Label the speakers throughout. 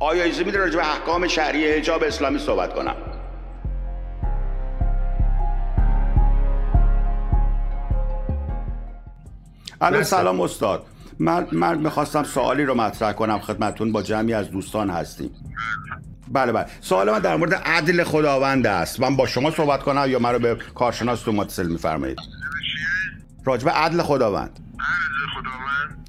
Speaker 1: آیا اجازه میده راجع به احکام شهری حجاب اسلامی صحبت کنم الو سلام استاد من, من میخواستم سوالی رو مطرح کنم خدمتون با جمعی از دوستان هستیم بله بله سوال من در مورد عدل خداوند است من با شما صحبت کنم یا من رو به کارشناس تو متصل میفرمایید راجب عدل خداوند
Speaker 2: عرض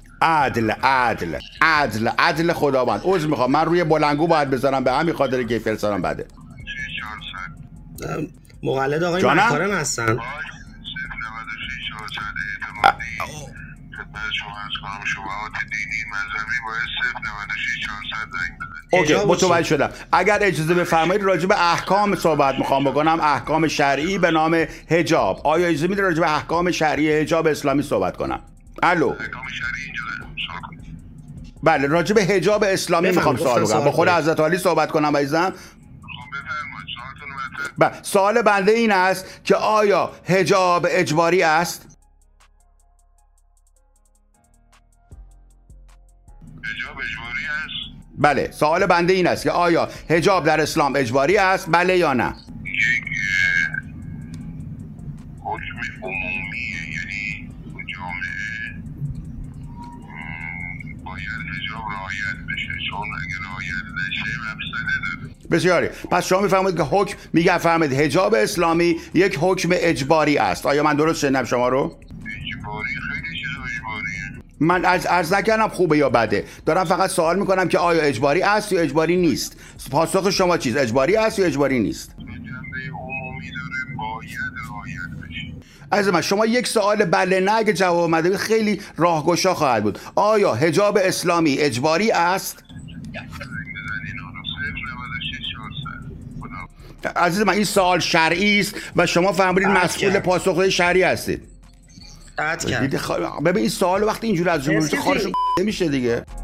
Speaker 2: خداوند
Speaker 1: عدل عدل عدل عدل خداوند عذر میخوام من روی بلنگو باید بزنم به همین خاطر کیفیت سرم بده
Speaker 2: شیش چهارصد
Speaker 3: مقلد آقای
Speaker 1: جانم؟
Speaker 3: مکارم هستن
Speaker 2: باش صفر نود و شیش چهارصد اعتمادی خدمت خب، شما از کنم شبهات دینی مذهبی باید صفر نود و شیش چهارصد زنگ بزنید
Speaker 1: اوکی
Speaker 3: اجابه
Speaker 1: متوجه
Speaker 3: چی؟
Speaker 1: شدم اگر اجازه بفرمایید راجع به احکام صحبت میخوام بکنم احکام شرعی به نام حجاب آیا اجازه میده راجع به احکام شرعی حجاب اسلامی صحبت کنم الو
Speaker 2: احکام شرعی اینجا داریم سوال کنید
Speaker 1: بله راجع به حجاب اسلامی
Speaker 3: بفرمایید.
Speaker 1: میخوام سوال
Speaker 3: گفتن
Speaker 1: بکنم
Speaker 3: سوال
Speaker 1: با خود
Speaker 3: کنید.
Speaker 1: حضرت علی صحبت کنم عزیزم
Speaker 2: خب بفرمایید سوالتون رو مطرح
Speaker 1: و سوال بنده این است که آیا حجاب اجباری است
Speaker 2: حجاب اجباری است
Speaker 1: بله سوال بنده این است که آیا حجاب در اسلام اجباری است بله یا نه
Speaker 2: یک اه، حکم عمومیه یعنی جامعه م، باید حجاب رعایت بشه چون اگر رعایت نشه مفسده داره
Speaker 1: بسیاری پس شما میفهمید که حکم میگه فهمید حجاب اسلامی یک حکم اجباری است آیا من درست شنیدم شما رو
Speaker 2: اجباری خیلی چیز اجباریه
Speaker 1: من از عرض نکردم خوبه یا بده دارم فقط سوال میکنم که آیا اجباری است یا اجباری نیست پاسخ شما چیز اجباری است یا اجباری نیست
Speaker 2: یه جنبه عمومی داره باید رعایت بشه
Speaker 1: از من شما یک سوال بله نه اگه جواب مدهی خیلی راهگشا خواهد بود آیا حجاب اسلامی اجباری است
Speaker 2: زنگ بزنین آنو صفر نود و شیش چهارصد خدا
Speaker 1: عزیز من این سوال شرعی است و شما فهمیدید
Speaker 3: بله.
Speaker 1: مسئول پاسخ شرعی هستید خب،
Speaker 3: قطع کرد
Speaker 1: دیدی خ- ببین این سوال وقتی اینجوری از جمهور میشه،
Speaker 3: مرسی.
Speaker 1: خارش نمیشه دیگه